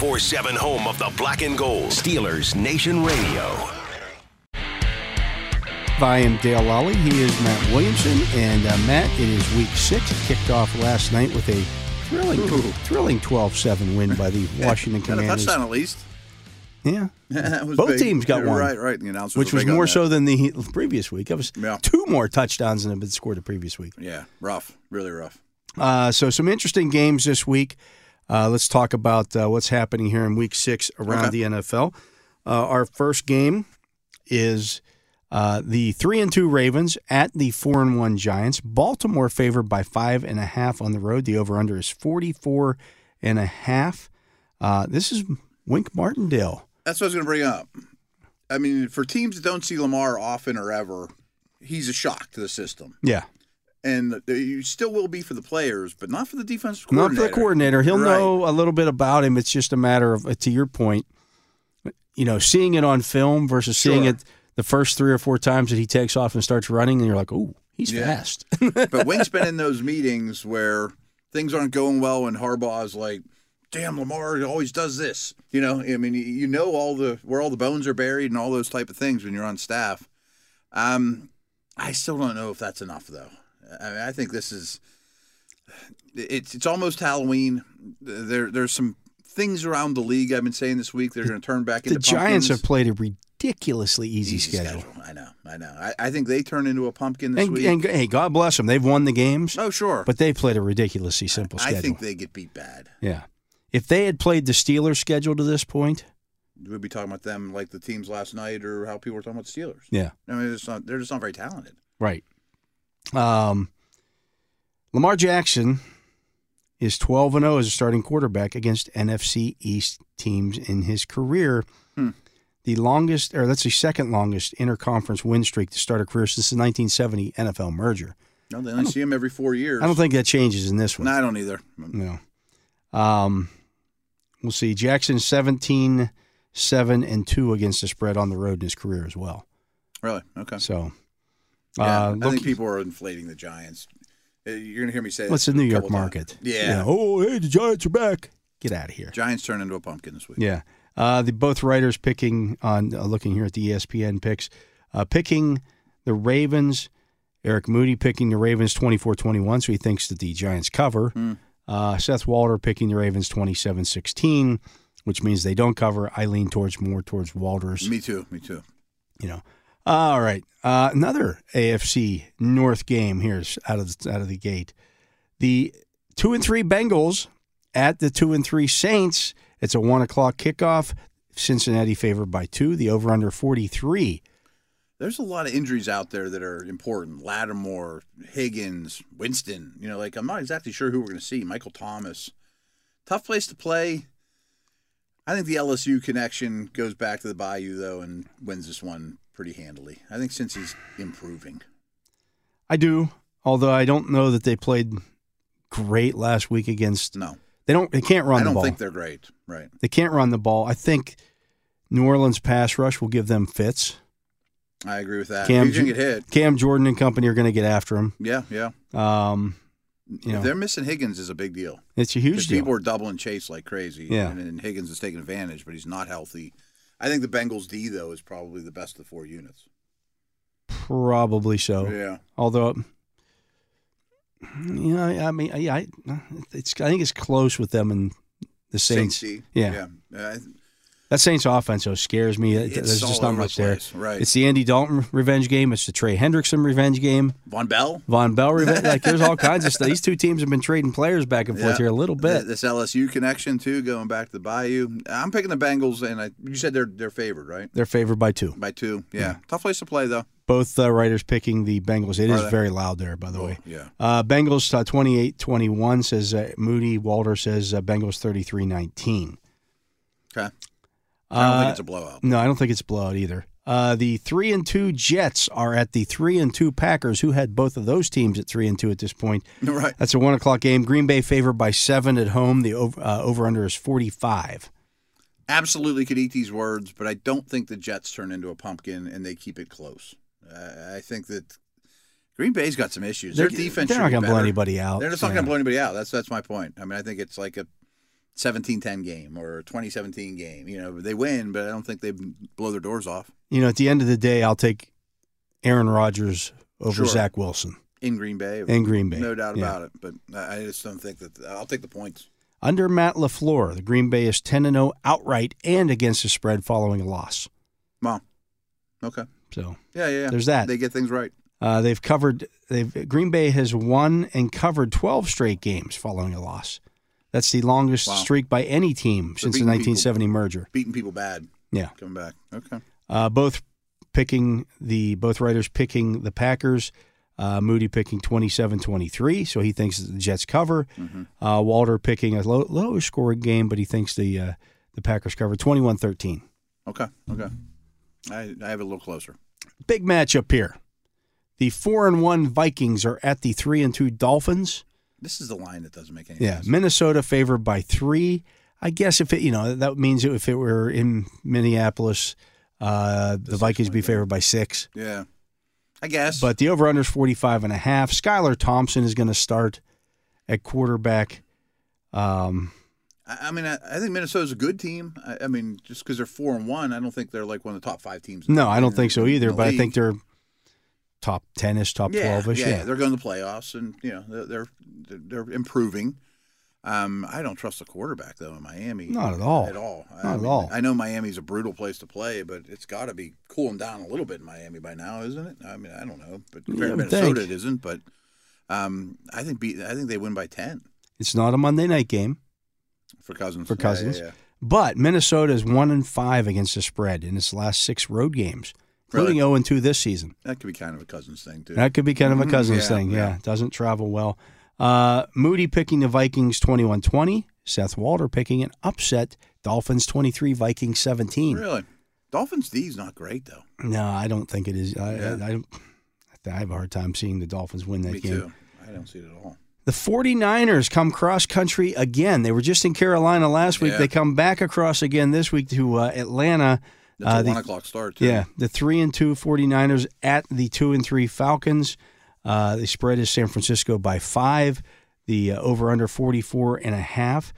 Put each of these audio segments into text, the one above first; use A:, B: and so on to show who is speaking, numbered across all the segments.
A: 4 7 home of the black and gold. Steelers Nation Radio.
B: I am Dale Lally. He is Matt Williamson. And uh, Matt, it is week six. It kicked off last night with a thrilling thrilling 12 7 win by the Washington
C: Got a
B: Commanders.
C: touchdown at least.
B: Yeah.
C: That was
B: Both
C: big.
B: teams got
C: You're
B: one.
C: Right, right. The announcers
B: Which
C: were
B: was
C: big on
B: more
C: that.
B: so than the previous week. That was
C: Yeah.
B: two more touchdowns than had been scored the previous week.
C: Yeah, rough. Really rough.
B: Uh, so, some interesting games this week. Uh, let's talk about uh, what's happening here in week six around
C: Okay.
B: the NFL. Uh, our first game is uh, the three and two Ravens at the four and one Giants. Baltimore favored by five and a half on the road. The over under is 44 and a half. Uh, this is Wink Martindale.
C: That's what I was going to bring up. I mean, for teams that don't see Lamar often or ever, he's a shock to the system.
B: Yeah.
C: And you still will be for the players, but not for the defense
B: Not
C: coordinator.
B: for the coordinator. He'll
C: Right.
B: know a little bit about him. It's just a matter of, to your point, you know, seeing it on film versus seeing
C: Sure.
B: it the first three or four times that he takes off and starts running, and you're like, oh, he's
C: Yeah.
B: fast.
C: but Wink's been in those meetings where things aren't going well, and Harbaugh's like, "Damn, Lamar always does this." You know, I mean, you know all the where all the bones are buried and all those type of things when you're on staff. Um, I still don't know if that's enough, though. I mean, I think this is it's it's almost Halloween. There there's some things around the league I've been saying this week. They're going to turn back
B: the
C: into
B: Giants
C: pumpkins.
B: have played a ridiculously easy,
C: Easy
B: schedule.
C: I know, I know. I, I think they turn into a pumpkin this
B: And,
C: week.
B: and hey, God bless them. They've won the games,
C: oh, sure.
B: but they played a ridiculously simple
C: I
B: schedule.
C: think they get beat bad.
B: yeah. If they had played the Steelers schedule to this point,
C: we'd be talking about them like the teams last night or how people were talking about the Steelers.
B: yeah.
C: I mean, they're just not, they're just not very talented.
B: Right. Um, Lamar Jackson is 12 and 0 as a starting quarterback against NFC East teams in his career.
C: Hmm.
B: The longest, or that's the second longest interconference win streak to start a career since the 1970 NFL merger.
C: No, they only see him every four years.
B: I don't think that changes in this one.
C: No, I don't either. Mm,
B: No. Um, we'll see. Jackson 17 7 and 2 against the spread on the road in his career as well.
C: Really? Okay.
B: So,
C: Yeah,
B: uh,
C: I
B: look,
C: think people are inflating the Giants. Uh, You're gonna hear me say this
B: What's the
C: a
B: New York
C: couple times.
B: market?
C: Yeah.
B: Oh, hey, the Giants are back. Get out of here.
C: Giants turn into a pumpkin this week.
B: Yeah. Uh, the both writers picking on uh, looking here at the ESPN picks, uh, picking the Ravens. Eric Moody picking the Ravens 24-21, so he thinks that the Giants cover.
C: Hmm.
B: Uh, Seth Walter picking the Ravens 27-16, which means they don't cover. I lean towards more towards Walters
C: Me too. Me too.
B: you know. All right, uh, another AFC North game here's out of out of the gate. The two and three Bengals at the two and three Saints. It's a one o'clock kickoff. Cincinnati favored by two. The over under forty three.
C: There's a lot of injuries out there that are important. Lattimore, Higgins, Winston. You know, like I'm not exactly sure who we're gonna see. Michael Thomas. Tough place to play. I think the LSU connection goes back to the Bayou though and wins this one pretty handily. I think since he's improving.
B: I do, although I don't know that they played great last week against.
C: No,
B: They don't. They can't run
C: I
B: the
C: don't
B: ball.
C: think they're great. Right.
B: they can't run the ball. I think New Orleans pass rush will give them fits.
C: I agree with that.
B: Cam
C: He's gonna
B: Ju-
C: get hit.
B: Cam Jordan and company are going to get after him.
C: Yeah, yeah.
B: Um, you know,
C: They're missing Higgins is a big deal.
B: It's a
C: 'Cause
B: huge deal.
C: people are doubling Chase like crazy.
B: Yeah.
C: And, and Higgins is taking advantage, but he's not healthy. I think the Bengals D though is probably the best of the four units.
B: Probably so.
C: Yeah.
B: Although, you know, I mean, yeah, I, it's I think it's close with them and the Saints.
C: Safety.
B: Yeah.
C: yeah. Uh,
B: That Saints offense though scares me.
C: It's
B: There's
C: all
B: just not
C: over
B: much
C: the
B: there.
C: place, right.
B: It's the Andy Dalton revenge game. It's the Trey Hendrickson revenge game.
C: Von Bell.
B: Von Bell revenge. like there's all kinds of stuff. These two teams have been trading players back and forth
C: Yeah.
B: here a little
C: Th-
B: bit.
C: This LSU connection too, going back to the Bayou. I'm picking the Bengals, and I, you said they're they're favored, right?
B: They're favored by two.
C: By two. Yeah. Tough place to play though.
B: Both uh, writers picking the Bengals. It
C: Are
B: is
C: they? Oh,
B: very loud there, by the way.
C: Yeah.
B: Uh, Bengals uh, 28 21 says uh, Moody. Walter says uh, Bengals 33 19.
C: Okay. I don't
B: Uh,
C: think it's a blowout.
B: No, I don't think it's a blowout either. Uh, the three and two Jets are at the three and two Packers, who had both of those teams at three and two at this point.
C: Right.
B: That's a one o'clock game. Green Bay favored by seven at home. The over, uh, over under is forty five.
C: Absolutely could eat these words, but I don't think the Jets turn into a pumpkin and they keep it close. Uh, I think that Green Bay's got some issues. Their
B: They're-
C: defense.
B: they're
C: should
B: not
C: be
B: gonna blow
C: better.
B: anybody out.
C: They're just not
B: Yeah.
C: going to blow anybody out. That's that's my point. I mean, I think it's like a 17-10 game or a 2017 game. You know, they win, but I don't think they blow their doors off
B: You know, at the end of the day, I'll take Aaron Rodgers over
C: Sure.
B: Zach Wilson
C: in Green Bay.
B: in Green Bay.
C: No doubt
B: Yeah.
C: about it. But I I just don't think that I'll take the points.
B: Under Matt Lafleur, the Green Bay is ten and zero outright and against the spread following a loss.
C: Mom. Okay.
B: So
C: Yeah, yeah, yeah.
B: There's that.
C: They get things right.
B: Uh, they've covered. They've Green Bay has won and covered 12 straight games following a loss. That's the longest
C: Wow.
B: streak by any team since the
C: beating
B: 1970 merger.
C: Beating people bad.
B: Yeah,
C: Coming back. Okay.
B: uh, both picking the both writers picking the Packers. Uh, Moody picking 27-23, so he thinks that the Jets cover. Uh, Walter picking a low, lower scoring game, but he thinks the uh, the Packers cover 21-13.
C: Okay. Okay. I, I have it a little closer.
B: Big matchup here. The four and one Vikings are at the three and two Dolphins.
C: This is the line that doesn't make any
B: Yeah,
C: sense.
B: Minnesota favored by three. I guess if it, you know, that means if it were in Minneapolis, uh, the Vikings be favored by six.
C: Yeah. I guess.
B: But the over under is 45 and a half. Skylar Thompson is going to start at quarterback. Um,
C: I, I mean, I, I think Minnesota's a good team. I, I mean, just because they're four and one, I don't think they're like one of the top five teams. in
B: no,
C: the-
B: I don't think so
C: in
B: either,
C: the
B: but I
C: league.
B: think they're top 10 ish, top 12 ish.
C: yeah, they're going to the playoffs, and you know they're they're, they're improving. Um, I don't trust the quarterback though in Miami.
B: Not at all.
C: At all. I
B: Not at all.
C: I know Miami's a brutal place to play, but it's got to be cooling down a little bit in Miami by now, isn't it? I mean, I don't know, but compared to
B: would
C: Minnesota,
B: think.
C: it isn't. But um, I think be, I think they win by ten
B: It's not a Monday night game
C: for Cousins.
B: for
C: Yeah, yeah,
B: Cousins,
C: yeah.
B: but Minnesota is one and five against the spread in its last six road games, including
C: Really?
B: 0 and 2 this season.
C: That could be kind of a Cousins thing too.
B: That could be kind of a
C: Mhm.
B: Cousins
C: Yeah,
B: thing. Yeah.
C: yeah.
B: Doesn't travel well. Uh, Moody picking the Vikings 21 20. Seth Walter picking an upset. Dolphins 23, Vikings 17.
C: really, Dolphins D's not great though.
B: No, I don't think it is. I,
C: Yeah.
B: I, I, don't- I have a hard time seeing the Dolphins win that
C: Me
B: game.
C: too. I don't see it at all.
B: The 49ers come cross country again. They were just in Carolina last week.
C: Yeah.
B: They come back across again this week to uh, Atlanta.
C: That's
B: Uh,
C: a
B: the-
C: one o'clock start. Too.
B: Yeah, the three and two 49ers at the two and three Falcons. Uh, the spread is San Francisco by five. The uh, over under 44 and a half.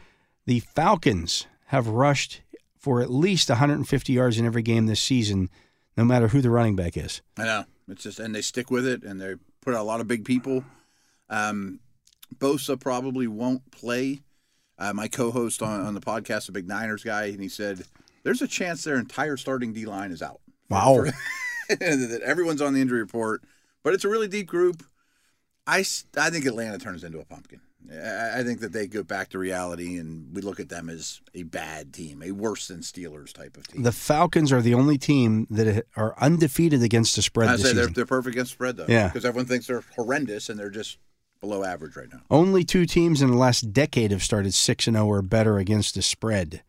B: The Falcons have rushed for at least 150 yards in every game this season, no matter who the running back is.
C: I know. It's just and they stick with it and they put out a lot of big people. Um Bosa probably won't play. Uh, my co-host on, on the podcast, a big Niners guy, and he said there's a chance their entire starting D line is out.
B: Wow.
C: that everyone's on the injury report, but it's a really deep group. I, s- I think Atlanta turns into a pumpkin. I, I think that they go back to reality, and we look at them as a bad team, a worse than Steelers type of team.
B: The Falcons are the only team that are undefeated against the spread
C: I
B: this
C: say they're,
B: season.
C: they're perfect against spread though.
B: Yeah.
C: Because everyone thinks they're horrendous and they're just below average right now.
B: Only two teams in the last decade have started 6 and 0 or better against the spread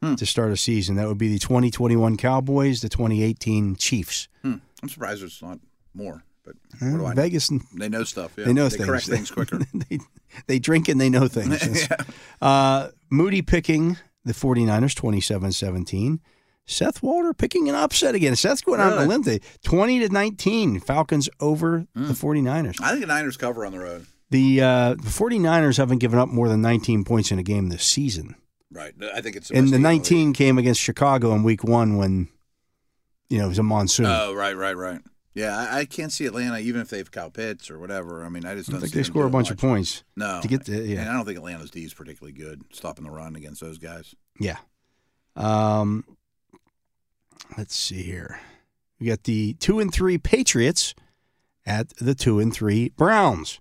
C: Hmm.
B: to start a season. That would be the 2021 Cowboys, the 2018 Chiefs.
C: Hmm. I'm surprised there's not more, but what do I know?
B: Vegas, and
C: They know stuff. Yeah.
B: they know things.
C: correct things quicker.
B: they, they drink and they know things. uh, Moody picking the 49ers 27 17. Seth Walter picking an upset again. Seth's going out on a
C: Really?
B: limb today. 20 to 19, Falcons over the 49ers.
C: Hmm. I think the Niners cover on the road.
B: The, uh, the 49ers haven't given up more than 19 points in a game this season.
C: Right. I think it's
B: and
C: best
B: the
C: team in league.
B: 19 came against Chicago in week one when, you know, it was a monsoon.
C: Oh, right, right, right. Yeah, I, I can't see Atlanta even if they've Kyle Pitts or whatever. I mean, I just
B: I don't
C: don't
B: think
C: see
B: they
C: them
B: score a
C: doing
B: bunch of
C: much.
B: points.
C: No,
B: to get the- yeah.
C: And I don't think Atlanta's D is particularly good stopping the run against those guys.
B: Yeah. Um, let's see here. We got the two and three Patriots at the two and three Browns.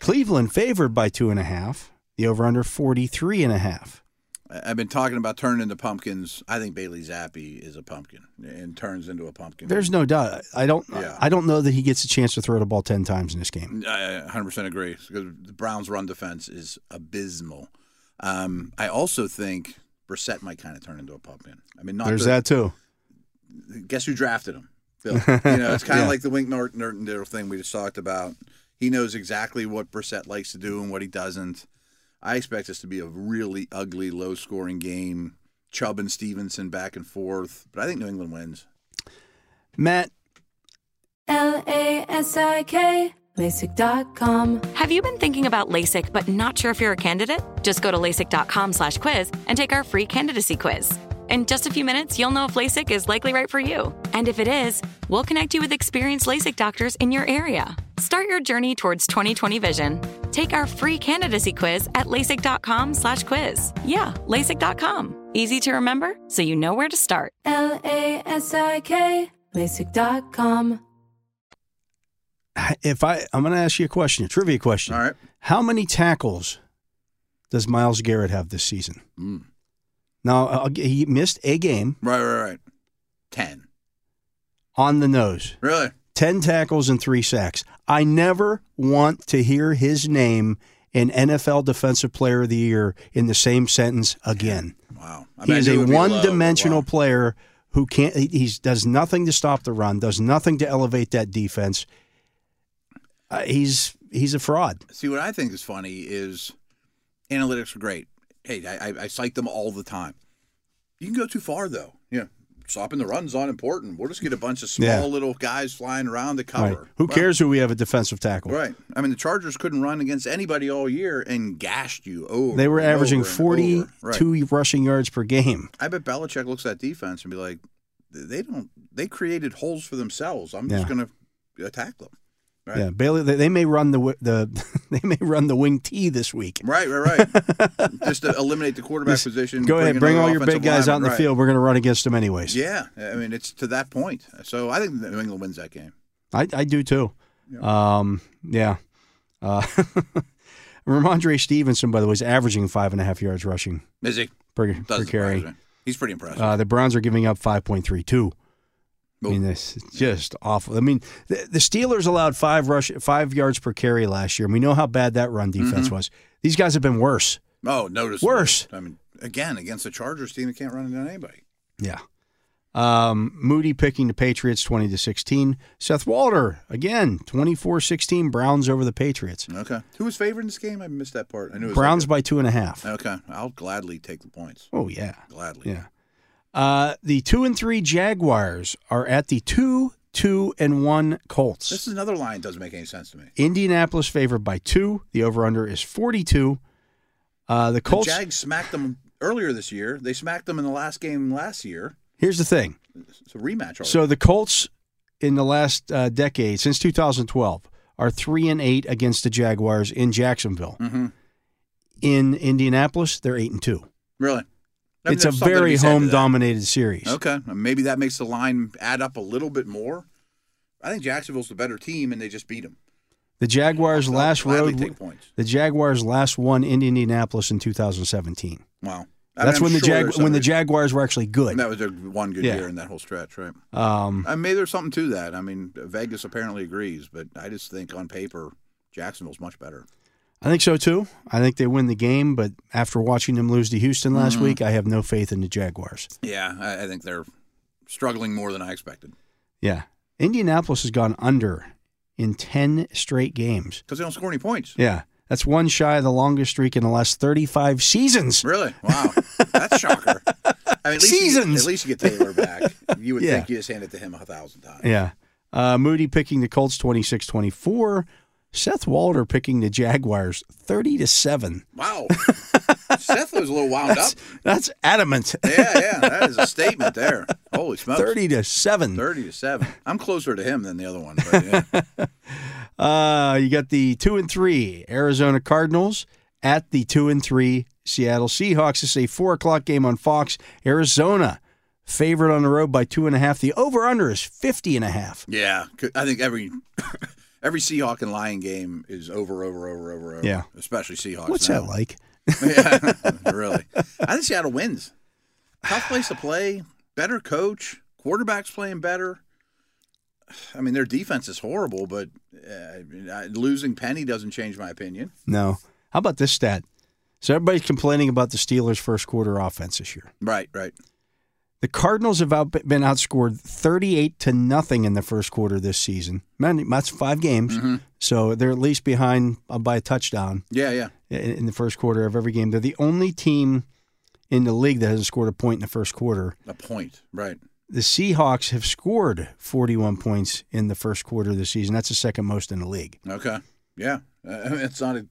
B: Cleveland favored by two and a half. The over under 43 and a half.
C: I, I've been talking about turning into pumpkins. I think Bailey Zappi is a pumpkin and turns into a pumpkin.
B: There's no doubt. I don't
C: Yeah.
B: I don't know that he gets a chance to throw the ball 10 times in this game.
C: I 100% agree because the Browns' run defense is abysmal. Um, I also think Brissett might kind of turn into a pumpkin. I mean, not
B: There's
C: the-
B: that too.
C: guess who drafted him? Bill. You know, it's kind of like the Wink Nort- Nortondale thing we just talked about. He knows exactly what Brissett likes to do and what he doesn't. I expect this to be a really ugly, low scoring game. Chubb and Stevenson back and forth, but I think New England wins.
B: Matt,
D: L A S I K, LASIK.com.
E: Have you been thinking about LASIK but not sure if you're a candidate? Just go to LASIK.com slash quiz and take our free candidacy quiz. In just a few minutes, you'll know if LASIK is likely right for you. And if it is, we'll connect you with experienced LASIK doctors in your area. Start your journey towards 2020 vision. Take our free candidacy quiz at LASIK.com slash quiz. Yeah, LASIK.com. Easy to remember, so you know where to start.
D: L A S I K, LASIK.com.
B: if I I'm going to ask you a question, a trivia question.
C: All right.
B: How many tackles does Miles Garrett have this season?
C: Mm.
B: Now I'll g- he missed a game
C: Right, right, right. 10.
B: on the nose.
C: Really?
B: 10 tackles and 3 sacks. I never want to hear his name in NFL defensive player of the year in the same sentence again.
C: Wow. I
B: he
C: mean, I
B: is
C: knew it
B: a
C: would be low, but
B: one-dimensional
C: wow.
B: player who can't he he's, does nothing to stop the run, does nothing to elevate that defense. Uh, he's he's a fraud.
C: See, what I think is funny is analytics are great. Hey, I, I, I cite them all the time. You can go too far, though. Yeah. Stopping the run's not important. We'll just get a bunch of small
B: Yeah.
C: little guys flying around to
B: Right.
C: cover.
B: Who
C: Well,
B: cares who we have a defensive tackle?
C: Right. I mean, the Chargers couldn't run against anybody all year and gashed you over.
B: They were
C: and over
B: averaging
C: and over.
B: 42
C: Right.
B: rushing yards per game.
C: I bet Belichick looks at defense and be like, they don't. They created holes for themselves. I'm
B: Yeah.
C: just going to attack them. Right.
B: Yeah, Bailey. They, they may run the wi- the they may run the wing T this week.
C: Right, right, right. just to eliminate the quarterback
B: Just
C: position.
B: Go ahead, bring
C: another
B: all your big
C: offensive
B: guys out in
C: lineman,
B: the
C: right.
B: field. We're going to run against them anyways.
C: Yeah, I mean it's to that point. So I think New England wins that game.
B: I, I do too. Um, yeah. Uh, Ramondre Stevenson, by the way, is averaging five and a half yards rushing
C: Is he?
B: per, per
C: Does
B: carry.
C: He's pretty impressive.
B: Uh, the Browns are giving up five point three two. I
C: Oh.
B: mean, this is just awful. I mean, the, the Steelers allowed five rush five yards per carry last year, and we know how bad that run defense
C: Mm-hmm.
B: was. These guys have been worse.
C: oh, notice
B: worse.
C: I mean, again against the Chargers team, that can't run into anybody.
B: Yeah. Um, Moody picking the Patriots 20 to 16. Seth Walter again 24-16 Browns over the Patriots.
C: Okay, who was favored in this game? I missed that part. I knew it was
B: Browns by two and a half.
C: Okay, I'll gladly take the points.
B: Oh yeah,
C: Gladly.
B: yeah. Uh, the two and three Jaguars are at the two two and one Colts.
C: This is another line that doesn't make any sense to me.
B: Indianapolis favored by two. The over under is 42. Uh, the
C: The
B: Colts.
C: Jags smacked them earlier this year. They smacked them in the last game last year.
B: here's the thing.
C: It's a rematch. Already.
B: So the Colts in the last uh, decade, since 2012, are three and eight against the Jaguars in Jacksonville.
C: Mhm.
B: In Indianapolis, they're eight and two.
C: really, I mean,
B: it's a
C: there's something to
B: very
C: be said to
B: home
C: that.
B: dominated series.
C: Okay, maybe that makes the line add up a little bit more. I think Jacksonville's the better team, and they just beat them.
B: The Jaguars
C: I'll
B: last
C: gladly
B: road.
C: take points.
B: The Jaguars last won in Indianapolis in 2017.
C: Wow,
B: That's when the Jag-
C: Jag
B: when the Jaguars were actually good.
C: that was their one good
B: Yeah.
C: year in that whole stretch, right?
B: Um,
C: I mean, maybe there's something to that. I mean, Vegas apparently agrees, but I just think on paper Jacksonville's much better.
B: I think so too. I think they win the game, but after watching them lose to Houston last
C: Mm-hmm.
B: week, I have no faith in the Jaguars.
C: Yeah, I, I think they're struggling more than I expected
B: Yeah. Indianapolis has gone under in 10 straight games.
C: because they don't score any points.
B: Yeah. That's one shy of the longest streak in the last 35 seasons.
C: Really? Wow, that's a shocker. I mean, at least You
B: Seasons.
C: get, at least you get Taylor back. You would
B: Yeah.
C: think you just hand it to him a thousand times.
B: Yeah. Uh, Moody picking the Colts 26 24. Seth Walter picking the Jaguars 30 to 7.
C: Wow. Seth was a little wound up.
B: That's, that's adamant.
C: Yeah, yeah. That is a statement there. Holy smokes. 30.
B: 30 to 7.
C: to 7. I'm closer to him than the other one. But yeah.
B: Uh, you got the 2 and 3 Arizona Cardinals at the 2 and 3 Seattle Seahawks. It's a 4 o'clock game on Fox. Arizona favored on the road by 2.5. The over under is 50 and a half.
C: yeah. c- I think every every Seahawk and Lion game is over, over, over, over, over.
B: Yeah.
C: Especially Seahawks.
B: What's
C: now.
B: that like?
C: yeah, really. I think Seattle wins. Tough place to play. Better coach. Quarterback's playing better. I mean, their defense is horrible, but uh, I mean, I- losing Penny doesn't change my opinion.
B: No. How about this stat? So everybody's complaining about the Steelers' first quarter offense this year.
C: Right, right.
B: The Cardinals have out, been outscored 38 to nothing in the first quarter this season. Man, that's five games. So they're at least behind uh, by a touchdown
C: Yeah, yeah.
B: in, in the first quarter of every game. They're the only team in the league that hasn't scored a point in the first quarter.
C: A point. Right.
B: The Seahawks have scored 41 points in the first quarter of the season. That's the second most in the league.
C: Okay. Yeah. Uh, I mean, it's not a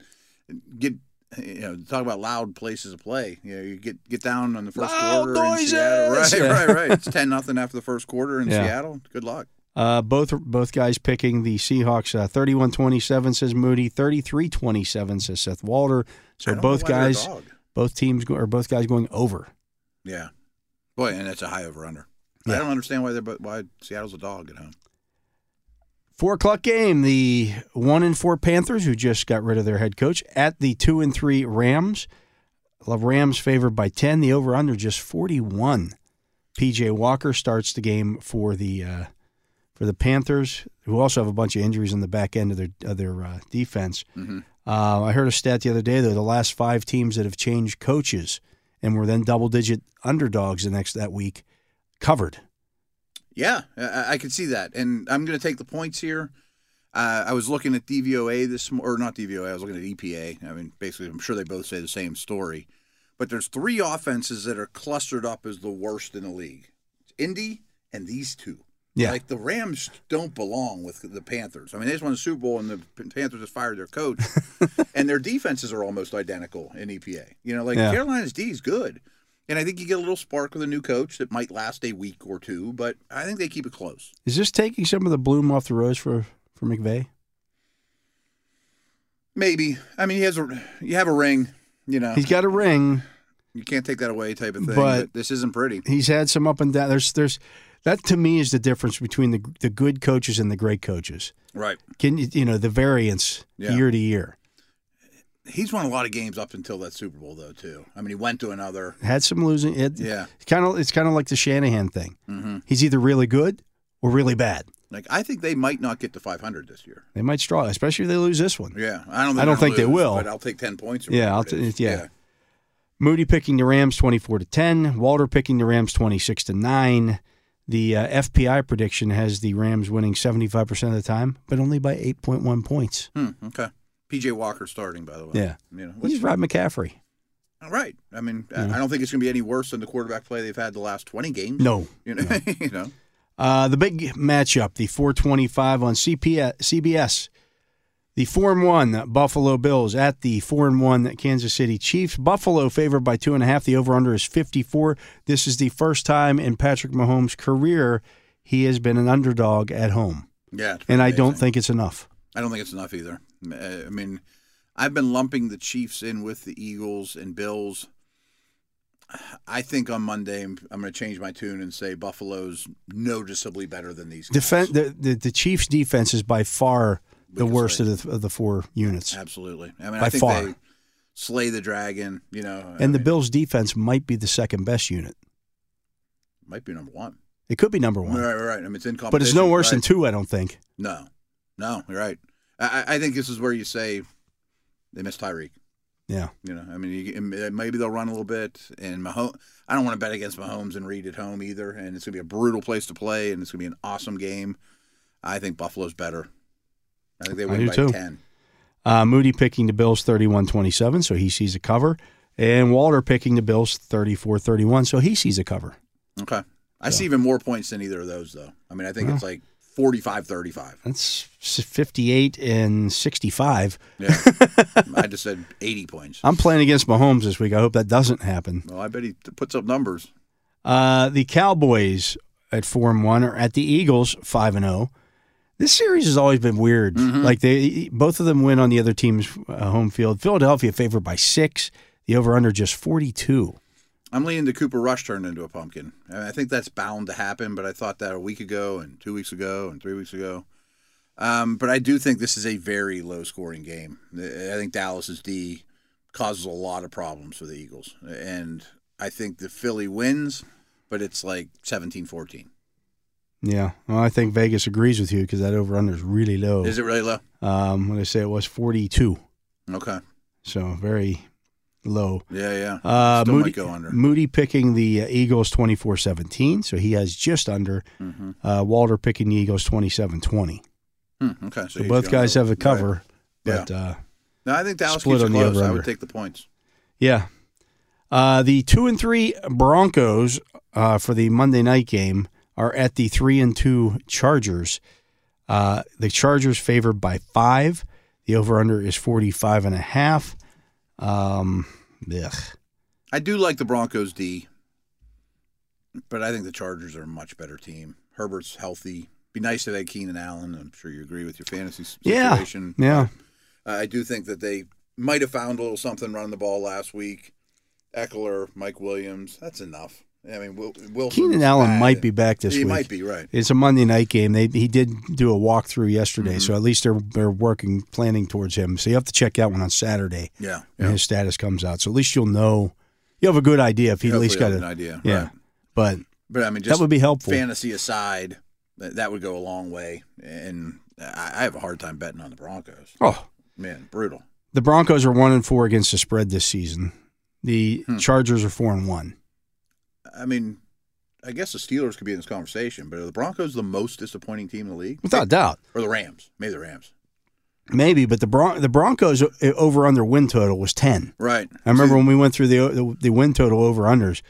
C: get. You know, talk about loud places of play. You know, you get get down on the first
B: Loud
C: quarter in
B: noises!
C: Seattle. Right, right, right. It's ten nothing after the first quarter in
B: Yeah.
C: Seattle. Good luck.
B: Uh, both both guys picking the Seahawks. Uh, 31-27 says Moody. 33-27 says Seth Walter.
C: I
B: So
C: don't know
B: both
C: why they're a
B: guys,
C: dog.
B: both teams, go- or both guys going over.
C: Yeah. Boy, and that's a high over under. I
B: Yeah.
C: don't understand why they're but why Seattle's a dog at home.
B: Four o'clock game. The one and four Panthers, who just got rid of their head coach, at the two and three Rams. The Rams favored by ten. The over under just forty one. PJ Walker starts the game for the uh, for the Panthers, who also have a bunch of injuries in the back end of their of their uh, defense. Uh, I heard a stat the other day though: the last five teams that have changed coaches and were then double digit underdogs the next that week covered.
C: Yeah, I- I, I could see that, and I'm going to take the points here. Uh, I was looking at DVOA this, mo- or not DVOA. I was looking at EPA. I mean, basically, I'm sure they both say the same story. But there's three offenses that are clustered up as the worst in the league: It's Indy and these two.
B: Yeah,
C: Like the Rams don't belong with the Panthers. I mean, they just won the Super Bowl, and the Panthers just fired their coach, and their defenses are almost identical in EPA. You know, like
B: Yeah.
C: Carolina's D is good, and I think you get a little spark with a new coach that might last a week or two, but I think they keep it close.
B: is this taking some of the bloom off the rose for for McVay?
C: Maybe. I mean, he has a you have a ring. You know,
B: He's got a ring.
C: you can't take that away, type of
B: But-
C: thing. But this isn't pretty.
B: He's had some up and down. There's there's that to me is the difference between the the good coaches and the great coaches.
C: Right.
B: Can you you know the variance
C: Yeah.
B: year to year?
C: He's won a lot of games up until that Super Bowl, though. Too. I mean, he went to another.
B: Had some losing. It,
C: Yeah. Mm-hmm.
B: Kind of it's kind of like the Shanahan thing. He's either really good or really bad.
C: Like I think they might not get to 500 this year.
B: They might struggle, especially if they lose this one.
C: Yeah, I don't. Think
B: I don't
C: they'll
B: think they
C: lose,
B: will.
C: But I'll take ten points. or
B: Yeah, I'll
C: whatever it
B: t-
C: is.
B: yeah. Moody picking the Rams 24 to 10, Walter picking the Rams 26 to 9. The uh, FPI prediction has the Rams winning 75% of the time, but only by 8.1 points.
C: Yeah. Hmm, okay. PJ Walker starting, by the way.
B: Yeah.
C: You know,
B: He's
C: which,
B: Rob McCaffrey.
C: right. I mean, I- I don't think it's going to be any worse than the quarterback play they've had the last twenty games.
B: No.
C: You know. you know.
B: Uh, the big matchup, the 425 on CP- CBS. The 4 and 1 Buffalo Bills at the 4 and 1 Kansas City Chiefs. Buffalo favored by 2.5. The over under is 54. This is the first time in Patrick Mahomes' career he has been an underdog at home.
C: Yeah. it's
B: And I
C: amazing.
B: don't think it's enough.
C: I don't think it's enough either. Uh, I mean, I've been lumping the Chiefs in with the Eagles and Bills. I think on Monday I'm going to change my tune and say Buffalo's noticeably better than these. guys.
B: Defen- the, the, the Chiefs' defense is by far the
C: Weakest
B: worst
C: link.
B: of the, of the four units.
C: Absolutely. I mean,
B: By
C: I think
B: far.
C: they slay the dragon. You know. I
B: And the
C: mean,
B: Bills' defense might be the second best unit.
C: might be number one.
B: It could be number one,
C: Right, right, right. I mean, it's in competition.
B: but it's no worse than
C: right?
B: two, I don't think.
C: No, no, you're right. I, I I think this is where you say they miss Tyreek.
B: Yeah.
C: You know, I mean, you, maybe they'll run a little bit. And Mahomes, I don't want to bet against Mahomes and Reed at home either. And it's going to be a brutal place to play, and it's going to be an awesome game. I think Buffalo's better. I think they
B: I
C: win
B: do
C: by
B: too.
C: ten.
B: Uh, Moody picking the Bills 31 27, so he sees a cover. And Walter picking the Bills 34 31, so he sees a cover.
C: Okay. I see even more points than either of those, though. I mean, I think
B: Uh-huh.
C: it's like 45-35.
B: That's s- 58 and 65.
C: Yeah, I just said eighty points.
B: I'm playing against Mahomes this week. I hope that doesn't happen.
C: Well, I bet he t- puts up numbers.
B: Uh, the Cowboys at 4 and 1 are at the Eagles 5 and 0. This series has always been weird. Like they both of them win on the other team's uh, home field. Philadelphia favored by 6, the over under just 42.
C: I'm leaning to Cooper Rush turned into a pumpkin. I, mean, I think that's bound to happen, but I thought that a week ago and two weeks ago and three weeks ago. Um, but I do think this is a very low scoring game. I I think Dallas's D causes a lot of problems for the Eagles. And I think the Philly wins, but it's like 17 14.
B: Yeah. Well, I think Vegas agrees with you because that over under is really low.
C: Is it really low?
B: um, when I say it was 42.
C: Okay.
B: So very low.
C: Yeah, yeah.
B: Uh,
C: Still
B: Moody,
C: might go under.
B: Moody picking the uh, Eagles 24 17, so he has just under.
C: Mm-hmm.
B: Uh, Walter picking the Eagles 27 20.
C: Hmm, okay, so
B: So
C: he's
B: both
C: going
B: guys
C: over.
B: have a cover,
C: Right.
B: but uh,
C: No, I think Dallas
B: Split
C: keeps it
B: on the
C: close. I
B: over-under.
C: would take the points.
B: yeah. Uh, the two and three Broncos uh, for the Monday night game are at the three and two Chargers. Uh, the Chargers favored by five. The over under is 45 and a half. Um, ugh.
C: I do like the Broncos D, but I think the Chargers are a much better team. Herbert's healthy. Be nice to have Keenan Allen. I'm sure you agree with your fantasy s-
B: Yeah.
C: situation.
B: Yeah.
C: Uh, I do think that they might have found a little something running the ball last week. Eckler, Mike Williams, that's enough. I mean, Wil- Wilson.
B: Keenan
C: was
B: Allen
C: bad.
B: might be back this
C: he
B: week.
C: might be right.
B: It's a Monday night game. They he did do a walkthrough yesterday,
C: Mm-hmm.
B: so at least they're they're working planning towards him. So you have to check that one on Saturday
C: Yeah,
B: when his status comes out. So at least you'll know you have a good idea if he at least
C: Hopefully
B: got
C: have
B: it.
C: an idea.
B: Yeah,
C: right.
B: but
C: but I mean, just
B: that would be helpful.
C: fantasy aside, that, that would go a long way. And I, I have a hard time betting on the Broncos.
B: oh,
C: Man, brutal.
B: the Broncos are one and four against the spread this season. The
C: Hmm.
B: Chargers are four and one.
C: I mean, I guess the Steelers could be in this conversation, but are the Broncos the most disappointing team in the league?
B: Without doubt,
C: Or the Rams? Maybe the Rams.
B: maybe, but the Bron- the Broncos uh, over under win total was ten.
C: Right.
B: I remember when we went through the uh, the, the win total over unders.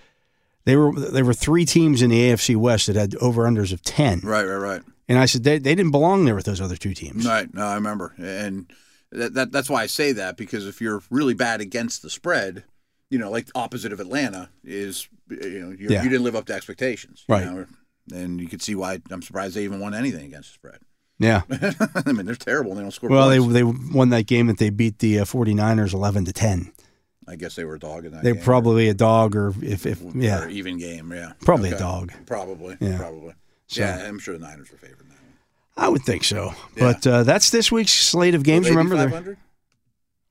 B: They were there were three teams in the AFC West that had over unders of ten.
C: Right, right, right.
B: And I said they, they didn't belong there with those other two teams.
C: Right. No, I remember. And that, that that's why I say that because if you're really bad against the spread, you know, like opposite of Atlanta is you know, you
B: Yeah.
C: you didn't live up to expectations. you
B: Right.
C: know? And you could see why I'm surprised they even won anything against the spread.
B: Yeah.
C: I mean, they're terrible. and They don't score.
B: Well, they
C: points.
B: they won that game that they beat the uh, 49ers 11 to 10.
C: I guess they were a dog in that.
B: They're
C: game.
B: probably a dog or if if
C: Or
B: yeah.
C: even game. Yeah,
B: Probably a
C: Okay.
B: dog.
C: Probably.
B: Yeah.
C: Probably.
B: So-
C: Yeah, I'm sure the Niners were favored. in that one.
B: I would think so.
C: Yeah.
B: But uh, that's this week's slate of games.
C: Will they be
B: Remember they're
C: 500?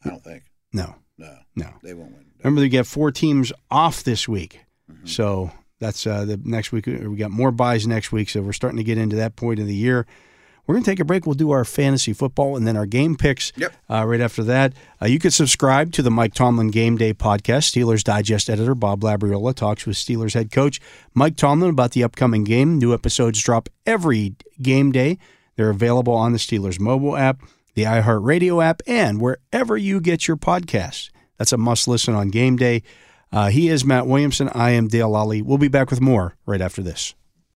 C: I don't think.
B: No.
C: No,
B: No.
C: they won't win.
B: Remember they get four teams off this week.
C: Mm-hmm.
B: So that's uh, the next week we got more buys next week so we're starting to get into that point of the year. We're going to take a break. We'll do our fantasy football and then our game picks
C: Yep.
B: uh, right after that. Uh, you can subscribe to the Mike Tomlin Game Day podcast. Steelers Digest editor Bob Labriola talks with Steelers head coach Mike Tomlin about the upcoming game. New episodes drop every game day. They're available on the Steelers mobile app, the iHeartRadio app, and wherever you get your podcasts. That's a must listen on game day. Uh, he is Matt Williamson. I am Dale Lally. We'll be back with more right after this.